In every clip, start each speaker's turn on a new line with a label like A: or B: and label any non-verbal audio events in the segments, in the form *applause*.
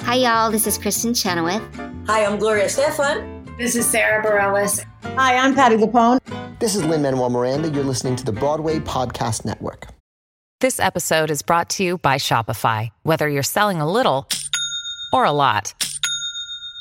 A: Hi, y'all. This is Kristen Chenoweth.
B: Hi, I'm Gloria Stefan.
C: This is Sarah Bareilles.
D: Hi, I'm Patty Lapone.
E: This is Lynn Manuel Miranda. You're listening to the Broadway Podcast Network.
F: This episode is brought to you by Shopify. Whether you're selling a little or a lot,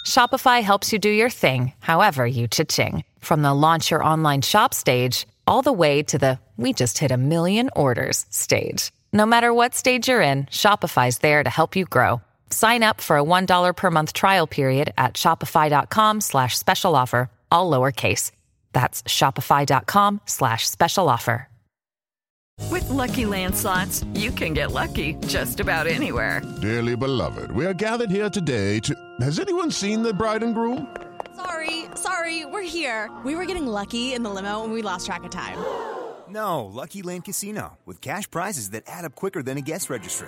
F: Shopify helps you do your thing, however you cha-ching. From the launch your online shop stage, all the way to the we just hit a million orders stage. No matter what stage you're in, Shopify's there to help you grow. Sign up for a $1 per month trial period at shopify.com slash special offer, all lowercase. That's shopify.com slash special offer.
G: With Lucky Land slots, you can get lucky just about anywhere.
H: Dearly beloved, we are gathered here today to... Has anyone seen the bride and groom?
I: Sorry, sorry, we're here. We were getting lucky in the limo and we lost track of time.
J: No, Lucky Land Casino, with cash prizes that add up quicker than a guest registry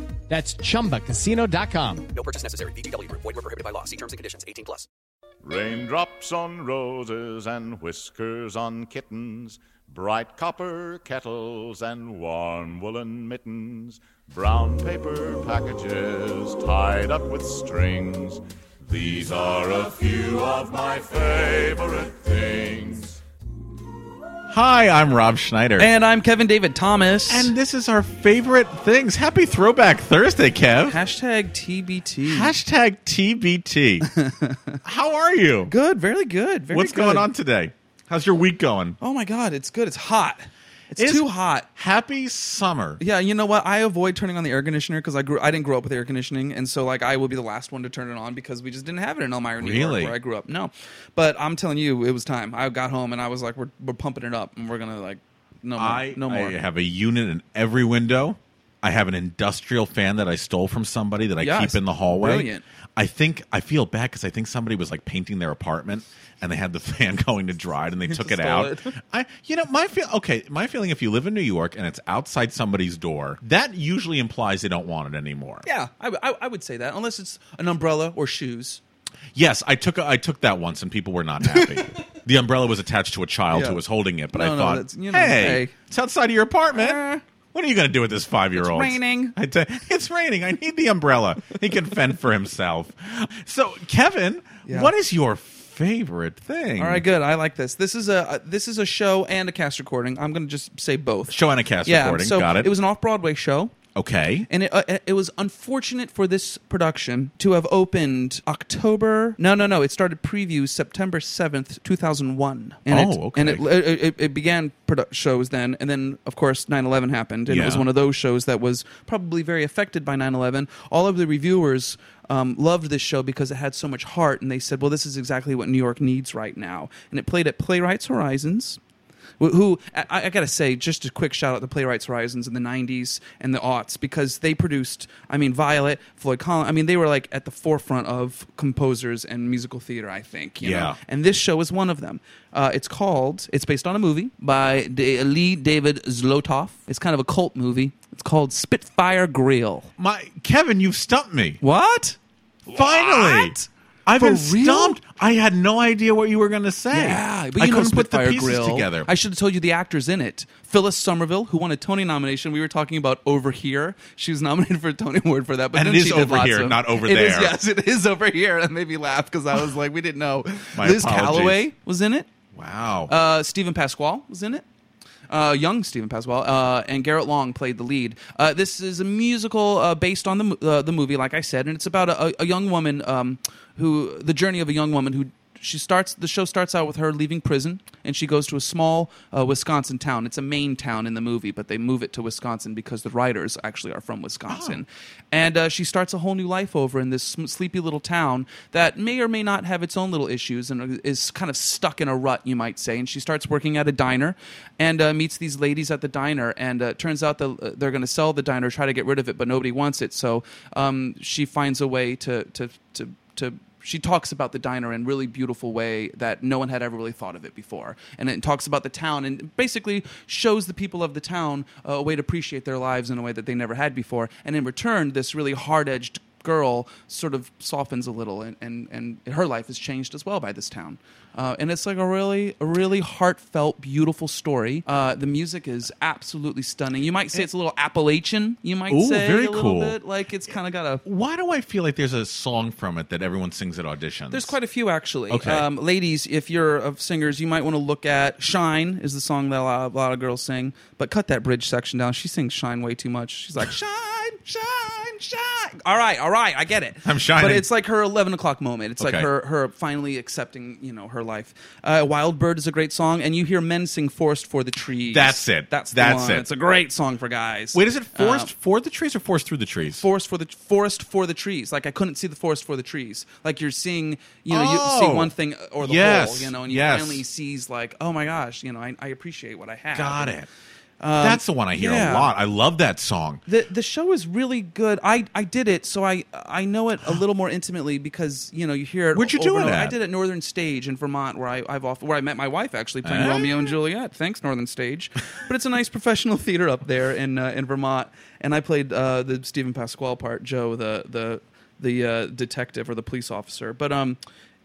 K: That's ChumbaCasino.com.
L: No purchase necessary. BGW. Void were prohibited by law. See terms and conditions. 18 plus.
M: Raindrops on roses and whiskers on kittens. Bright copper kettles and warm woolen mittens. Brown paper packages tied up with strings. These are a few of my favorite things.
N: Hi, I'm Rob Schneider.
O: And I'm Kevin David Thomas.
N: And this is our favorite things. Happy Throwback Thursday, Kev.
O: Hashtag TBT.
N: Hashtag *laughs* TBT. How are you?
O: Good, very good. Very
N: What's
O: good.
N: going on today? How's your week going?
O: Oh my God, it's good. It's hot. It's, it's too hot.
N: Happy summer.
O: Yeah, you know what? I avoid turning on the air conditioner because I grew I didn't grow up with air conditioning, and so like I will be the last one to turn it on because we just didn't have it in Elmira, New
N: Really?
O: York, where I grew up. No, but I'm telling you, it was time. I got home and I was like, we're we're pumping it up, and we're gonna like no more,
N: I,
O: no more.
N: I have a unit in every window. I have an industrial fan that I stole from somebody that I
O: Yes.
N: keep in the hallway.
O: Brilliant.
N: I think I feel bad because I think somebody was like painting their apartment and they had the *laughs* fan going to
O: *laughs*
N: dry it and they took it
O: stole
N: out.
O: it.
N: I, you know, my feel okay. My feeling, if you live in New York and it's outside somebody's door, that usually implies they don't want it anymore.
O: yeah, I, w- I- I would say that unless it's an umbrella or shoes.
N: Yes, I took I took that once, and people were
O: *laughs*
N: not happy. the umbrella was attached to a child
O: Yeah.
N: who was holding it, but
O: No,
N: I
O: no,
N: thought,
O: that's- you know,
N: hey,
O: hey.
N: it's outside of your apartment.
O: Eh.
N: what are you going to do with this five year old?
O: It's raining.
N: I tell it's raining. I need the umbrella. He can fend for himself. So, Kevin,
O: Yeah.
N: what is your favorite thing?
O: All right, good. I like this. This is a this is a show and a cast recording. I'm gonna just say both.
N: Show and a cast recording.
O: So
N: Got it.
O: It was an off Broadway show.
N: okay.
O: And it, uh, it was unfortunate for this production to have opened October. No, no, no. It started previews September 7th, 2001. And it,
N: Oh, okay.
O: And it, it, it- it began produ- shows then. And then, of course, 9 11 happened. And it was
N: Yeah.
O: one of those shows that was probably very affected by 9 11. All of the reviewers. Um, loved this show because it had so much heart, and they said, "Well, this is exactly what New York needs right now." And it played at Playwrights Horizons, who, who I, I gotta say, just a quick shout out to Playwrights Horizons in the '90s and the aughts because they produced, I mean, Violet, Floyd Collins. I mean, they were like at the forefront of composers and musical theater. I think, you
N: Yeah.
O: know? And this show is one of them. Uh, it's called. It's based on a movie by D- Lee David Zlotoff. It's kind of a cult movie. It's called Spitfire Grill.
N: My Kevin, you've stumped me.
O: What?
N: Finally.
O: What?
N: I've
O: For
N: been
O: real?
N: stumped. I had no idea what you were going to say.
O: Yeah, but
N: I
O: you know,
N: couldn't put the
O: Spitfire
N: pieces
O: Grill.
N: together.
O: I should have told you the actors in it. Phyllis Somerville, who won a Tony nomination. We were talking about Over Here. She was nominated for a Tony Award for that. But
N: And
O: then
N: it is
O: she did
N: Over
O: lots
N: Here,
O: of-
N: not Over
O: It is-
N: There.
O: yes, it is Over Here. That made me laugh because I was like, we didn't know.
N: My
O: Liz
N: apologies.
O: Calloway was in it.
N: wow.
O: Uh, Stephen Pasquale was in it. Uh, young Stephen Pasquale uh, and Garrett Long played the lead. Uh, this is a musical uh, based on the mo- uh, the movie, like I said, and it's about a, a young woman um, who the journey of a young woman who she starts the show starts out with her leaving prison and she goes to a small uh, Wisconsin town. It's a main town in the movie, but they move it to Wisconsin because the writers actually are from Wisconsin. And uh, she starts a whole new life over in this sm- sleepy little town that may or may not have its own little issues and is kind of stuck in a rut, you might say. And she starts working at a diner and uh, meets these ladies at the diner. And uh, it turns out that uh, they're going to sell the diner, try to get rid of it, but nobody wants it. So um, she finds a way to to to to she talks about the diner in a really beautiful way that no one had ever really thought of it before and it talks about the town and basically shows the people of the town uh, a way to appreciate their lives in a way that they never had before and in return this really hard-edged girl sort of softens a little and, and, and her life is changed as well by this town uh, and it's like a really a really heartfelt beautiful story uh, the music is absolutely stunning you might say it's a little appalachian you might
N: Ooh,
O: say
N: very
O: a little
N: cool.
O: bit like it's kind of got a
N: Why do I feel like there's a song from it that everyone sings at auditions?
O: There's quite a few actually.
N: Okay.
O: Um, ladies, if you're of singers, you might want to look at "Shine" is the song that a lot, a lot of girls sing. But cut that bridge section down. She sings "Shine" way too much. She's like "Shine." shine, shine. All right, all right, I get it.
N: I'm shining.
O: But it's like her 11 o'clock moment. It's like
N: Okay.
O: her her finally accepting you know her life. Uh, "Wild Bird" is a great song, and you hear men sing "Forest for the Trees."
N: That's it.
O: That's the
N: That's
O: one.
N: it.
O: It's a great song for guys.
N: Wait, is it forest
O: Um,
N: for the trees or forest through the trees?
O: forest for the forest for the trees. Like I couldn't see the forest for the trees. Like you're seeing, you know, you
N: Oh.
O: see one thing or the
N: Yes.
O: whole, you know, and you
N: Yes.
O: finally sees like, oh my gosh, you know, I, I appreciate what I have.
N: Got it.
O: Um,
N: That's the one I hear
O: yeah.
N: a lot. I love that song.
O: The the show is really good. I, I did it, so I I know it a little more intimately because you know you hear it.
N: Where'd you
O: over
N: do
O: and
N: it
O: over. I
N: at?
O: did it at Northern Stage in Vermont, where I I've off, where I met my wife actually playing
N: Ah.
O: Romeo and Juliet. Thanks Northern
N: *laughs*
O: Stage, but it's a nice professional theater up there in uh, in Vermont, and I played uh, the Stephen Pasquale part, Joe, the the the uh, detective or the police officer. But um,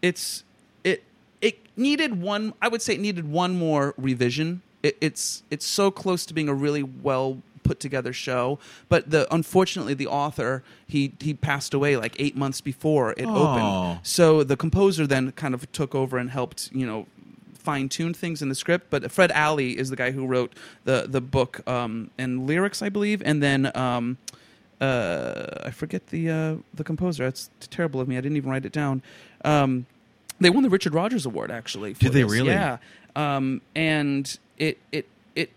O: it's it it needed one i would say it needed one more revision it, it's it's so close to being a really well put together show but the unfortunately the author he he passed away like eight months before it
N: Oh.
O: opened so the composer then kind of took over and helped you know fine tune things in the script but fred alley is the guy who wrote the the book um and lyrics i believe and then um uh, I forget the uh, the composer. That's terrible of me. I didn't even write it down. Um, they won the Richard Rogers Award actually. for
N: Did they
O: this.
N: really?
O: Yeah. Um, and it it it.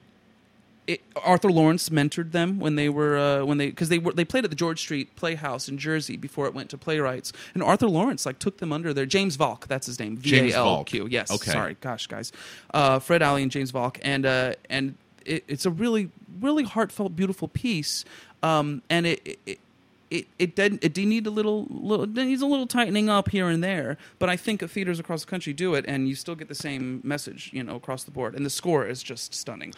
O: It, Arthur Lawrence mentored them when they were uh, when they because they were they played at the George Street Playhouse in Jersey before it went to playwrights and Arthur Lawrence like took them under their James Valk that's his name
N: James
O: V A L Q
N: Valk.
O: yes
N: Okay.
O: sorry gosh guys uh, Fred Alley and James Valk and uh, and it, it's a really really heartfelt beautiful piece um, and it, it it it did it did need a little little it needs a little tightening up here and there, but I think theaters across the country do it, and you still get the same message, you know, across the board. And the score is just stunning.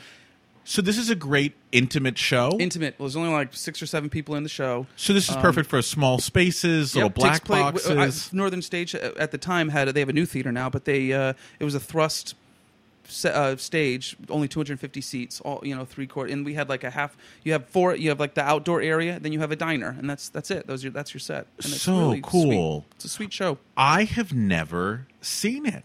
N: So this is a great intimate show.
O: Intimate. There's only like six or seven people in the show.
N: so this is
O: Um,
N: perfect for small spaces, little
O: Yep, takes
N: black
O: place-
N: boxes.
O: w- uh, I- Northern Stage uh, at the time had they have a new theater now, but they uh, it was a thrust se- uh, stage, only 250 seats, all you know, three quarter, and we had like a half. You have four. You have like the outdoor area, then you have a diner, and that's that's it. Those are, that's your set. And it's
N: So
O: really sweet.
N: cool.
O: It's a sweet show.
N: I have never seen *laughs* it.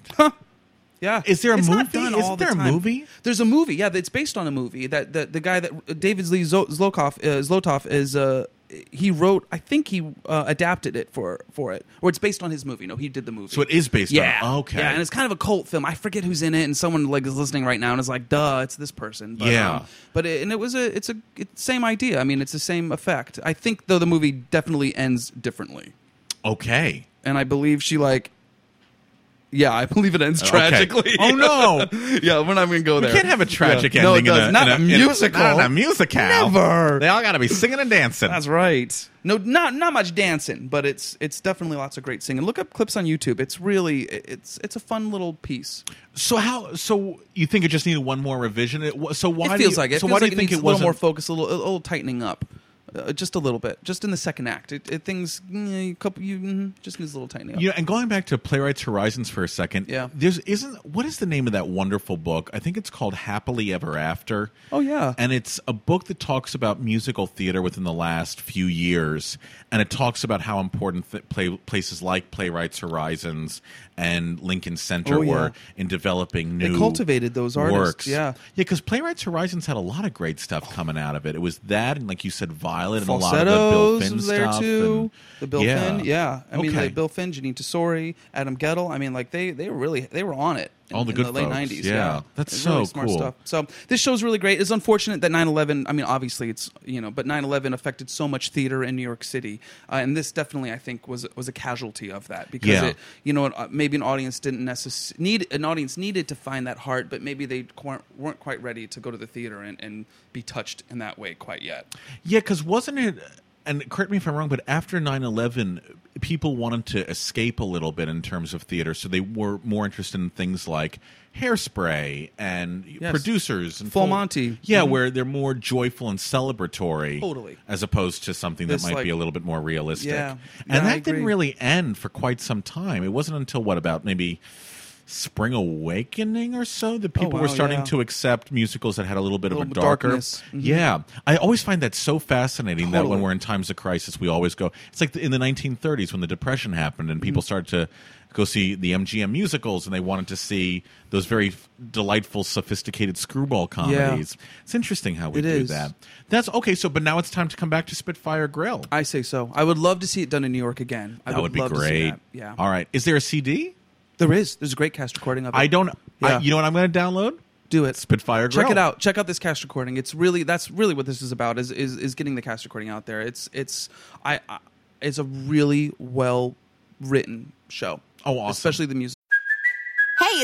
O: Yeah.
N: Is there a
O: It's
N: movie? Isn't
O: all the
N: there a
O: time.
N: movie?
O: There's a movie. Yeah, it's based on a movie. That the, the guy that uh, David Lee Zo- Zlotov, uh, Zlotov is uh, he wrote. I think he uh, adapted it for for it, or it's based on his movie. No, he did the movie.
N: So it is based on- Oh,
O: yeah.
N: okay.
O: Yeah, and it's kind of a cult film. I forget who's in it, and someone like is listening right now and is like, "Duh, it's this person." But,
N: Yeah.
O: um, but it, and it was a it's a it's same idea. I mean, it's the same effect. I think though the movie definitely ends differently
N: Okay.
O: and I believe she like. Yeah, I believe it ends
N: Okay.
O: tragically.
N: Oh, no.
O: *laughs* yeah, we're not going to go
N: We
O: there.
N: can't have a tragic
O: Yeah.
N: ending
O: No, it does.
N: in a,
O: not
N: in
O: a, musical.
N: In a, not in a musical.
O: Never.
N: They all got to be singing and dancing.
O: That's right. No, not not much dancing, but it's it's definitely lots of great singing. Look up clips on YouTube. It's really it's it's a fun little piece.
N: So how? So you think it just needed one more revision? It, wa- so why?
O: it feels
N: do you,
O: like it.
N: So
O: feels
N: why
O: like
N: do you think
O: needs
N: it
O: a little
N: wasn't
O: more focus, a little, a little tightening up, uh, just a little bit, just in the second act? It, it things mm, a couple you mm, just needs a little tightening up.
N: You know, and going back to Playwrights Horizons for a second,
O: Yeah.
N: There's isn't what is the name of that wonderful book? I think it's called Happily Ever After.
O: Oh, yeah.
N: and it's a book that talks about musical theater within the last few years, and it talks about how important th- play, places like Playwrights Horizons and Lincoln Center
O: Oh, yeah.
N: were in developing
O: They
N: new
O: cultivated those artists,
N: works.
O: yeah.
N: yeah, because Playwrights Horizons had a lot of great stuff coming out of it. It was that, and like you said, pilot and a lot of the Bill Finn
O: was there
N: stuff
O: too.
N: and-
O: the Bill
N: yeah.
O: Finn, yeah. I mean,
N: Okay.
O: like Bill Finn, Janine Tesori, Adam Gettle. I mean, like they they were really they were on it. In,
N: All the
O: in
N: good
O: the late
N: folks.
O: 90s.
N: Yeah.
O: Yeah,
N: That's
O: It's really
N: so
O: smart
N: cool.
O: stuff. So this show's really great. It's unfortunate that 9/11. I mean, obviously it's you know, but 9/11 affected so much theater in New York City, uh, and this definitely I think was was a casualty of that because
N: Yeah.
O: it you know uh, maybe an audience didn't necess- need an audience needed to find that heart, but maybe they qu- weren't quite ready to go to the theater and, and be touched in that way quite yet.
N: Yeah, because wasn't it? And correct me if I'm wrong, but after 9 11, people wanted to escape a little bit in terms of theater. So they were more interested in things like hairspray and
O: Yes.
N: producers and
O: Full Monty.
N: Yeah,
O: Mhm.
N: where they're more joyful and celebratory.
O: Totally.
N: As opposed to something
O: This,
N: that might
O: like-
N: be a little bit more realistic.
O: Yeah.
N: And
O: Yeah, I
N: that didn't
O: agree.
N: really end for quite some time. It wasn't until, what, about maybe Spring Awakening or so that people were
O: Oh, wow,
N: starting
O: yeah.
N: to accept musicals that had a little bit of a
O: Little
N: darker.
O: darkness. Mhm.
N: Yeah. I always find that so fascinating that when
O: Totally.
N: we're in times of crisis, we always go. It's like in the 1930s when the Depression happened and
O: Mm-hmm.
N: people started to go see the MGM musicals and they wanted to see those very f- delightful, sophisticated screwball comedies. It's interesting how we
O: It
N: do
O: is.
N: that. That's okay. So, but now it's time to come back to Spitfire Grill.
O: I say so. I would love to see it done in New York again. I
N: that would, be
O: love to see
N: great.
O: that. Yeah.
N: All right. Is there a CD?
O: There is. There's a great cast recording of it.
N: I don't. I,
O: Yeah.
N: you know what I'm going to download?
O: Do it.
N: Spitfire Grill.
O: Check it out. Check out this cast recording. It's really that's really what this is about is is, is getting the cast recording out there. It's it's I, I it's a really well written show.
N: Oh, awesome.
O: especially the music.
D: Hey,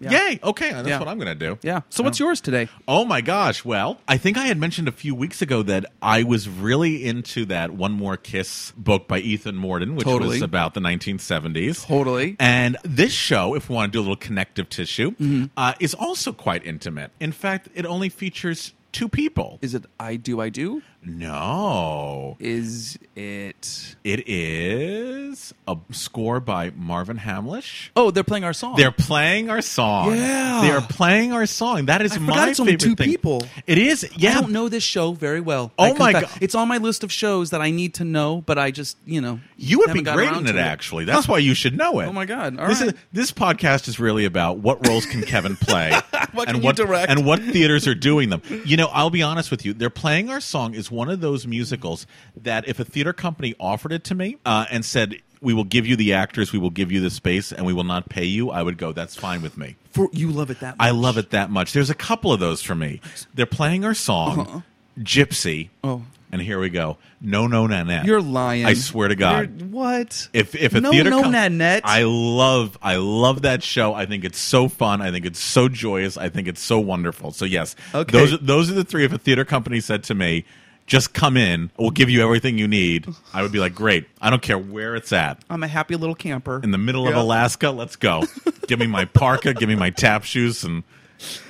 N: Yay. Okay. That's
O: Yeah.
N: what I'm going to do.
O: Yeah. So what's yours today?
N: Oh my gosh. Well, I think I had mentioned a few weeks ago that I was really into that One More Kiss book by Ethan Morden, which
O: Totally.
N: was about the 1970s.
O: Totally.
N: And this show, if we want to do a little connective tissue,
O: Mhm.
N: uh, is also quite intimate. In fact, it only features two people.
O: Is it I Do I Do?
N: No.
O: Is it?
N: It is a score by Marvin Hamlish.
O: Oh, they're playing our song.
N: They're playing our song.
O: Yeah.
N: They are playing our song. That is
O: I forgot
N: my
O: it's only
N: favorite
O: two
N: thing.
O: people.
N: It is. Yeah.
O: I don't know this show very well. I
N: Oh my
O: confess.
N: God.
O: It's on my list of shows that I need to know, but I just you know
N: You would be
O: haven't gotten
N: great
O: around
N: in it,
O: to
N: actually. That's why you should know it.
O: Oh my God. All
N: this
O: right.
N: is this podcast is really about what roles can Kevin play
O: *laughs* What can
N: and
O: you
N: what
O: direct?
N: and what theaters are doing them. You know, I'll be honest with you. They're playing our song is one of those musicals that if a theater company offered it to me uh, and said. We will give you the actors, we will give you the space, and we will not pay you. I would go, that's fine with me.
O: For you love it that much.
N: I love it that much. There's a couple of those for me. They're playing our song, Gypsy.
O: Uh-huh. Oh.
N: And here we go. No, no, na, na.
O: You're lying.
N: I swear to God.
O: You're- what?
N: If if a
O: no,
N: theater
O: no,
N: com-
O: Nanette.
N: I love I love that show. I think it's so fun. I think it's so joyous. I think it's so wonderful. So yes,
O: Okay.
N: those are- those are the three. If a theater company said to me, "Just come in, we'll give you everything you need," I would be like, "Great! I don't care where it's at."
O: I'm a happy little camper
N: In the middle of
O: Yeah.
N: Alaska, let's go. give me my parka, give me my tap shoes, and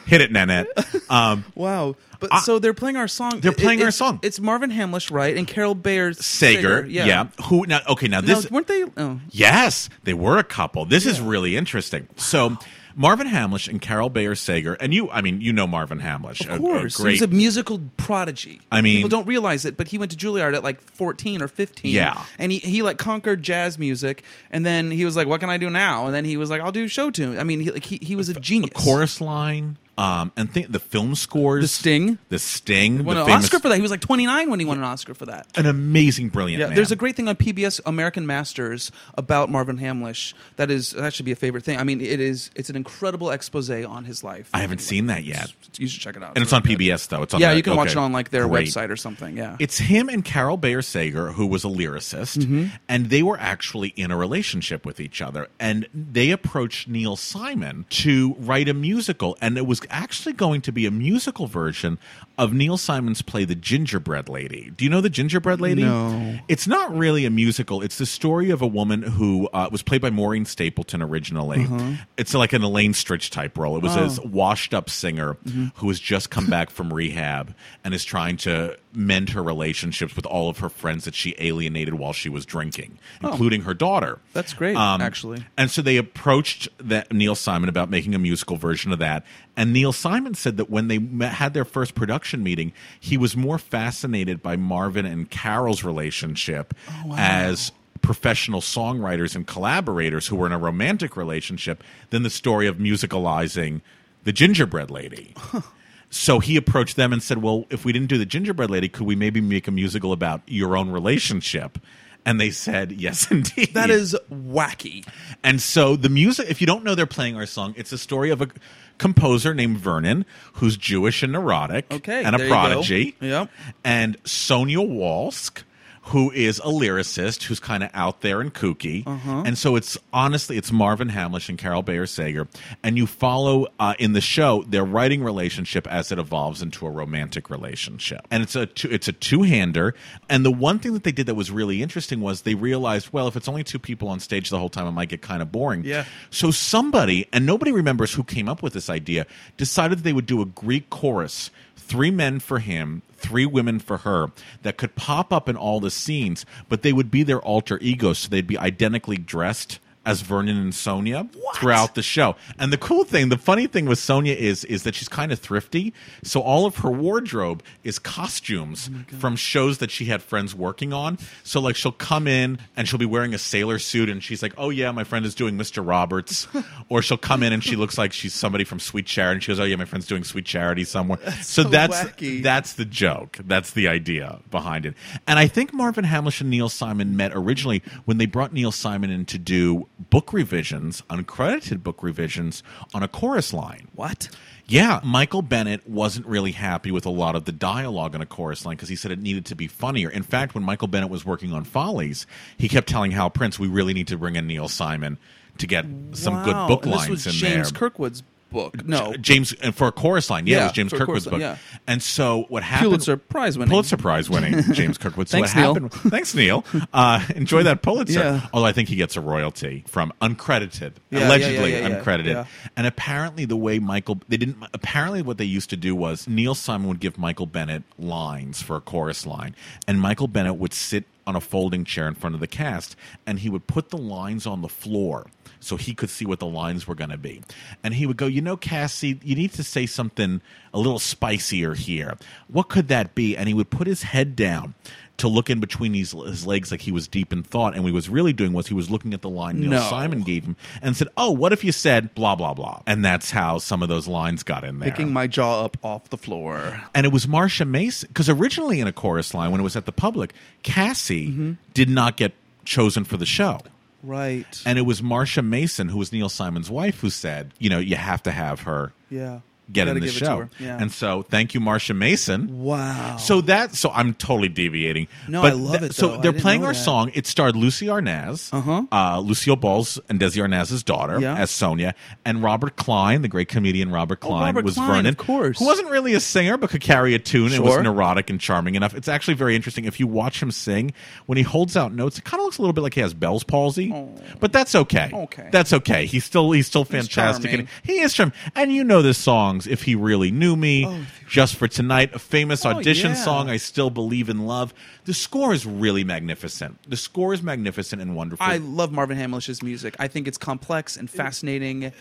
N: hit
O: *laughs*
N: it, Nanette. Um,
O: Wow. But so they're playing our song.
N: They're playing our
O: it's-
N: song.
O: It's Marvin Hamlish, right? And Carol Bayer
N: Sager, yeah. Who now? Okay, now
O: No,
N: this
O: weren't they? Oh.
N: Yes, they were a couple. This is really interesting. So Marvin Hamlish and Carol Bayer Sager, and you, I mean, you know Marvin Hamlish. a- a
O: Of course.
N: great-
O: He was a musical prodigy.
N: I mean-
O: people don't realize it, but he went to Juilliard at like 14 or 15.
N: Yeah.
O: And he, he like conquered jazz music. And then he was like, what can I do now? And then he was like, I'll do show tune. I mean, he, like, he, he was a genius.
N: chorus line. Um, and think the film scores,
O: The Sting,
N: the Sting,
O: He won
N: the
O: an
N: famous-
O: Oscar for that. He was like 29 when he won an Oscar for that.
N: an amazing, brilliant.
O: Yeah,
N: man.
O: there's a great thing on PBS American Masters about Marvin Hamlish. That is that should be a favorite thing. I mean, it is it's an incredible expose on his life.
N: I haven't seen that yet.
O: You should check it out.
N: And it's on PBS though. It's on
O: yeah,
N: their-
O: you can watch
N: okay,
O: it on like their
N: great.
O: website or something. Yeah,
N: It's him and Carol Bayer Sager, who was a lyricist,
O: Mhm.
N: and they were actually in a relationship with each other. And they approached Neil Simon to write a musical, and it was actually going to be a musical version of Neil Simon's play The Gingerbread Lady. Do you know The Gingerbread Lady?
O: No.
N: It's not really a musical. It's the story of a woman who uh, was played by Maureen Stapleton originally.
O: Uh-huh.
N: It's like an Elaine Stritch type role. It was
O: Oh.
N: this washed up singer
O: Mhm.
N: who has just come back from rehab and is trying to mend her relationships with all of her friends that she alienated while she was drinking,
O: Oh.
N: including her daughter.
O: that's great.
N: Um,
O: actually,
N: And so they approached that Neil Simon about making a musical version of that. And Neil Simon said that when they met, had their first production meeting, he was more fascinated by Marvin and Carol's relationship
O: Oh,
N: as professional songwriters and collaborators who were in a romantic relationship than the story of musicalizing the
O: *laughs*
N: gingerbread lady. So he approached them and said, "Well, if we didn't do the Gingerbread Lady, could we maybe make a musical about your own relationship?" And they said, "Yes, *laughs* indeed."
O: that is wacky.
N: And so the music, if you don't know they're playing our song, it's a story of a composer named Vernon who's Jewish and neurotic
O: Okay,
N: and
O: there
N: a
O: you go.
N: prodigy.
O: Yep.
N: And Sonia Walsk, who is a lyricist who's kind of out there and kooky.
O: Uh-huh.
N: And so it's honestly, it's Marvin Hamlish and Carol Bayer Sager. And you follow uh, in the show their writing relationship as it evolves into a romantic relationship. And it's a two, it's a two hander. And the one thing that they did that was really interesting was they realized, well, if it's only two people on stage the whole time, it might get kind of boring.
O: Yeah.
N: So somebody, and nobody remembers who came up with this idea, decided they would do a Greek chorus three men for him, three women for her, that could pop up in all the scenes, but they would be their alter egos, so they'd be identically dressed as Vernon and Sonia throughout the show. And the cool thing, the funny thing with Sonia is is that she's kind of thrifty, so all of her wardrobe is
O: Oh
N: costumes from shows that she had friends working on. So like she'll come in and she'll be wearing a sailor suit and she's like, "Oh yeah, my friend is doing
O: *laughs*
N: Mr. Roberts." or she'll come in and she looks like she's somebody from Sweet Charity and she goes, "Oh yeah, my friend's doing Sweet Charity somewhere." so,
O: so
N: that's
O: wacky.
N: that's the joke. That's the idea behind it. And I think Marvin Hamlish and Neil Simon met originally when they brought Neil Simon in to do book revisions, uncredited book revisions on a chorus line.
O: What?
N: Yeah, Michael Bennett wasn't really happy with a lot of the dialogue on a chorus line because he said it needed to be funnier. In fact, when Michael Bennett was working on Follies, he kept telling Hal Prince, "We really need to bring in Neil Simon to get some good
O: Wow.
N: book
O: And
N: lines
O: This was
N: in there."
O: James Kirkwood's book. No,
N: J- James and for a chorus line. Yeah, it
O: Yeah,
N: was James
O: for a chorus
N: Kirkwood's book.
O: line,
N: And so what happened?
O: Pulitzer Prize winning.
N: Pulitzer Prize
O: *laughs*
N: winning James Kirkwood. So
O: Thanks,
N: what
O: Neil.
N: happened? *laughs* Thanks, Neil. Uh, enjoy that Pulitzer.
O: Yeah.
N: Although I think he gets a royalty from uncredited,
O: Yeah, yeah,
N: allegedly
O: yeah, yeah, yeah,
N: uncredited.
O: yeah.
N: And apparently, the way Michael they didn't. Apparently, what they used to do was Neil Simon would give Michael Bennett lines for a chorus line, and Michael Bennett would sit on a folding chair in front of the cast, and he would put the lines on the floor so he could see what the lines were going to be. And he would go, you know, Cassie, you need to say something a little spicier here. What could that be? And he would put his head down to look in between his, his legs like he was deep in thought. And what he was really doing was he was looking at the line Neil
O: No.
N: Simon gave him and said, oh, what if you said blah, blah, blah. And that's how some of those lines got in there.
O: picking my jaw up off the floor.
N: and it was Marsha Mason, because originally in a chorus line, when it was at the public, Cassie
O: Mm-hmm.
N: did not get chosen for the show.
O: Right.
N: And it was Marsha Mason, who was Neil Simon's wife, who said, you know, you have to have her
O: Yeah.
N: get
O: Gotta
N: in the
O: give it to
N: show.
O: her. Yeah.
N: And so thank you, Marsha Mason.
O: Wow.
N: So that so I'm totally deviating.
O: No, I love it, though.
N: So
O: I
N: they're
O: didn't
N: playing
O: know
N: our
O: that.
N: song. It starred Lucy Arnaz, uh-huh. Lucille Ball's and Desi Arnaz's daughter
O: Yeah. Oh,
N: as Sonia, and Robert Klein, the great comedian Robert Klein,
O: Robert
N: was
O: Klein,
N: Vernon,
O: of course.
N: who wasn't really a singer but could carry a tune and was
O: Sure.
N: neurotic and charming enough. It's actually very interesting if you watch him sing. When he holds out notes, it kind of looks a little bit like he has Bell's palsy, but that's okay.
O: Oh. Okay.
N: that's okay. He's still he's still
O: He's
N: fantastic.
O: charming.
N: And he is charming, and you know the songs. If he really knew me,
O: Oh,
N: just for tonight, a famous
O: Oh,
N: audition
O: yeah.
N: song. I still believe in love. The score is really magnificent. The score is magnificent and wonderful.
O: I love Marvin Hamlish's music. I think it's complex and fascinating.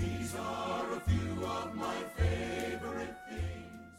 M: These are a few of my favorite things.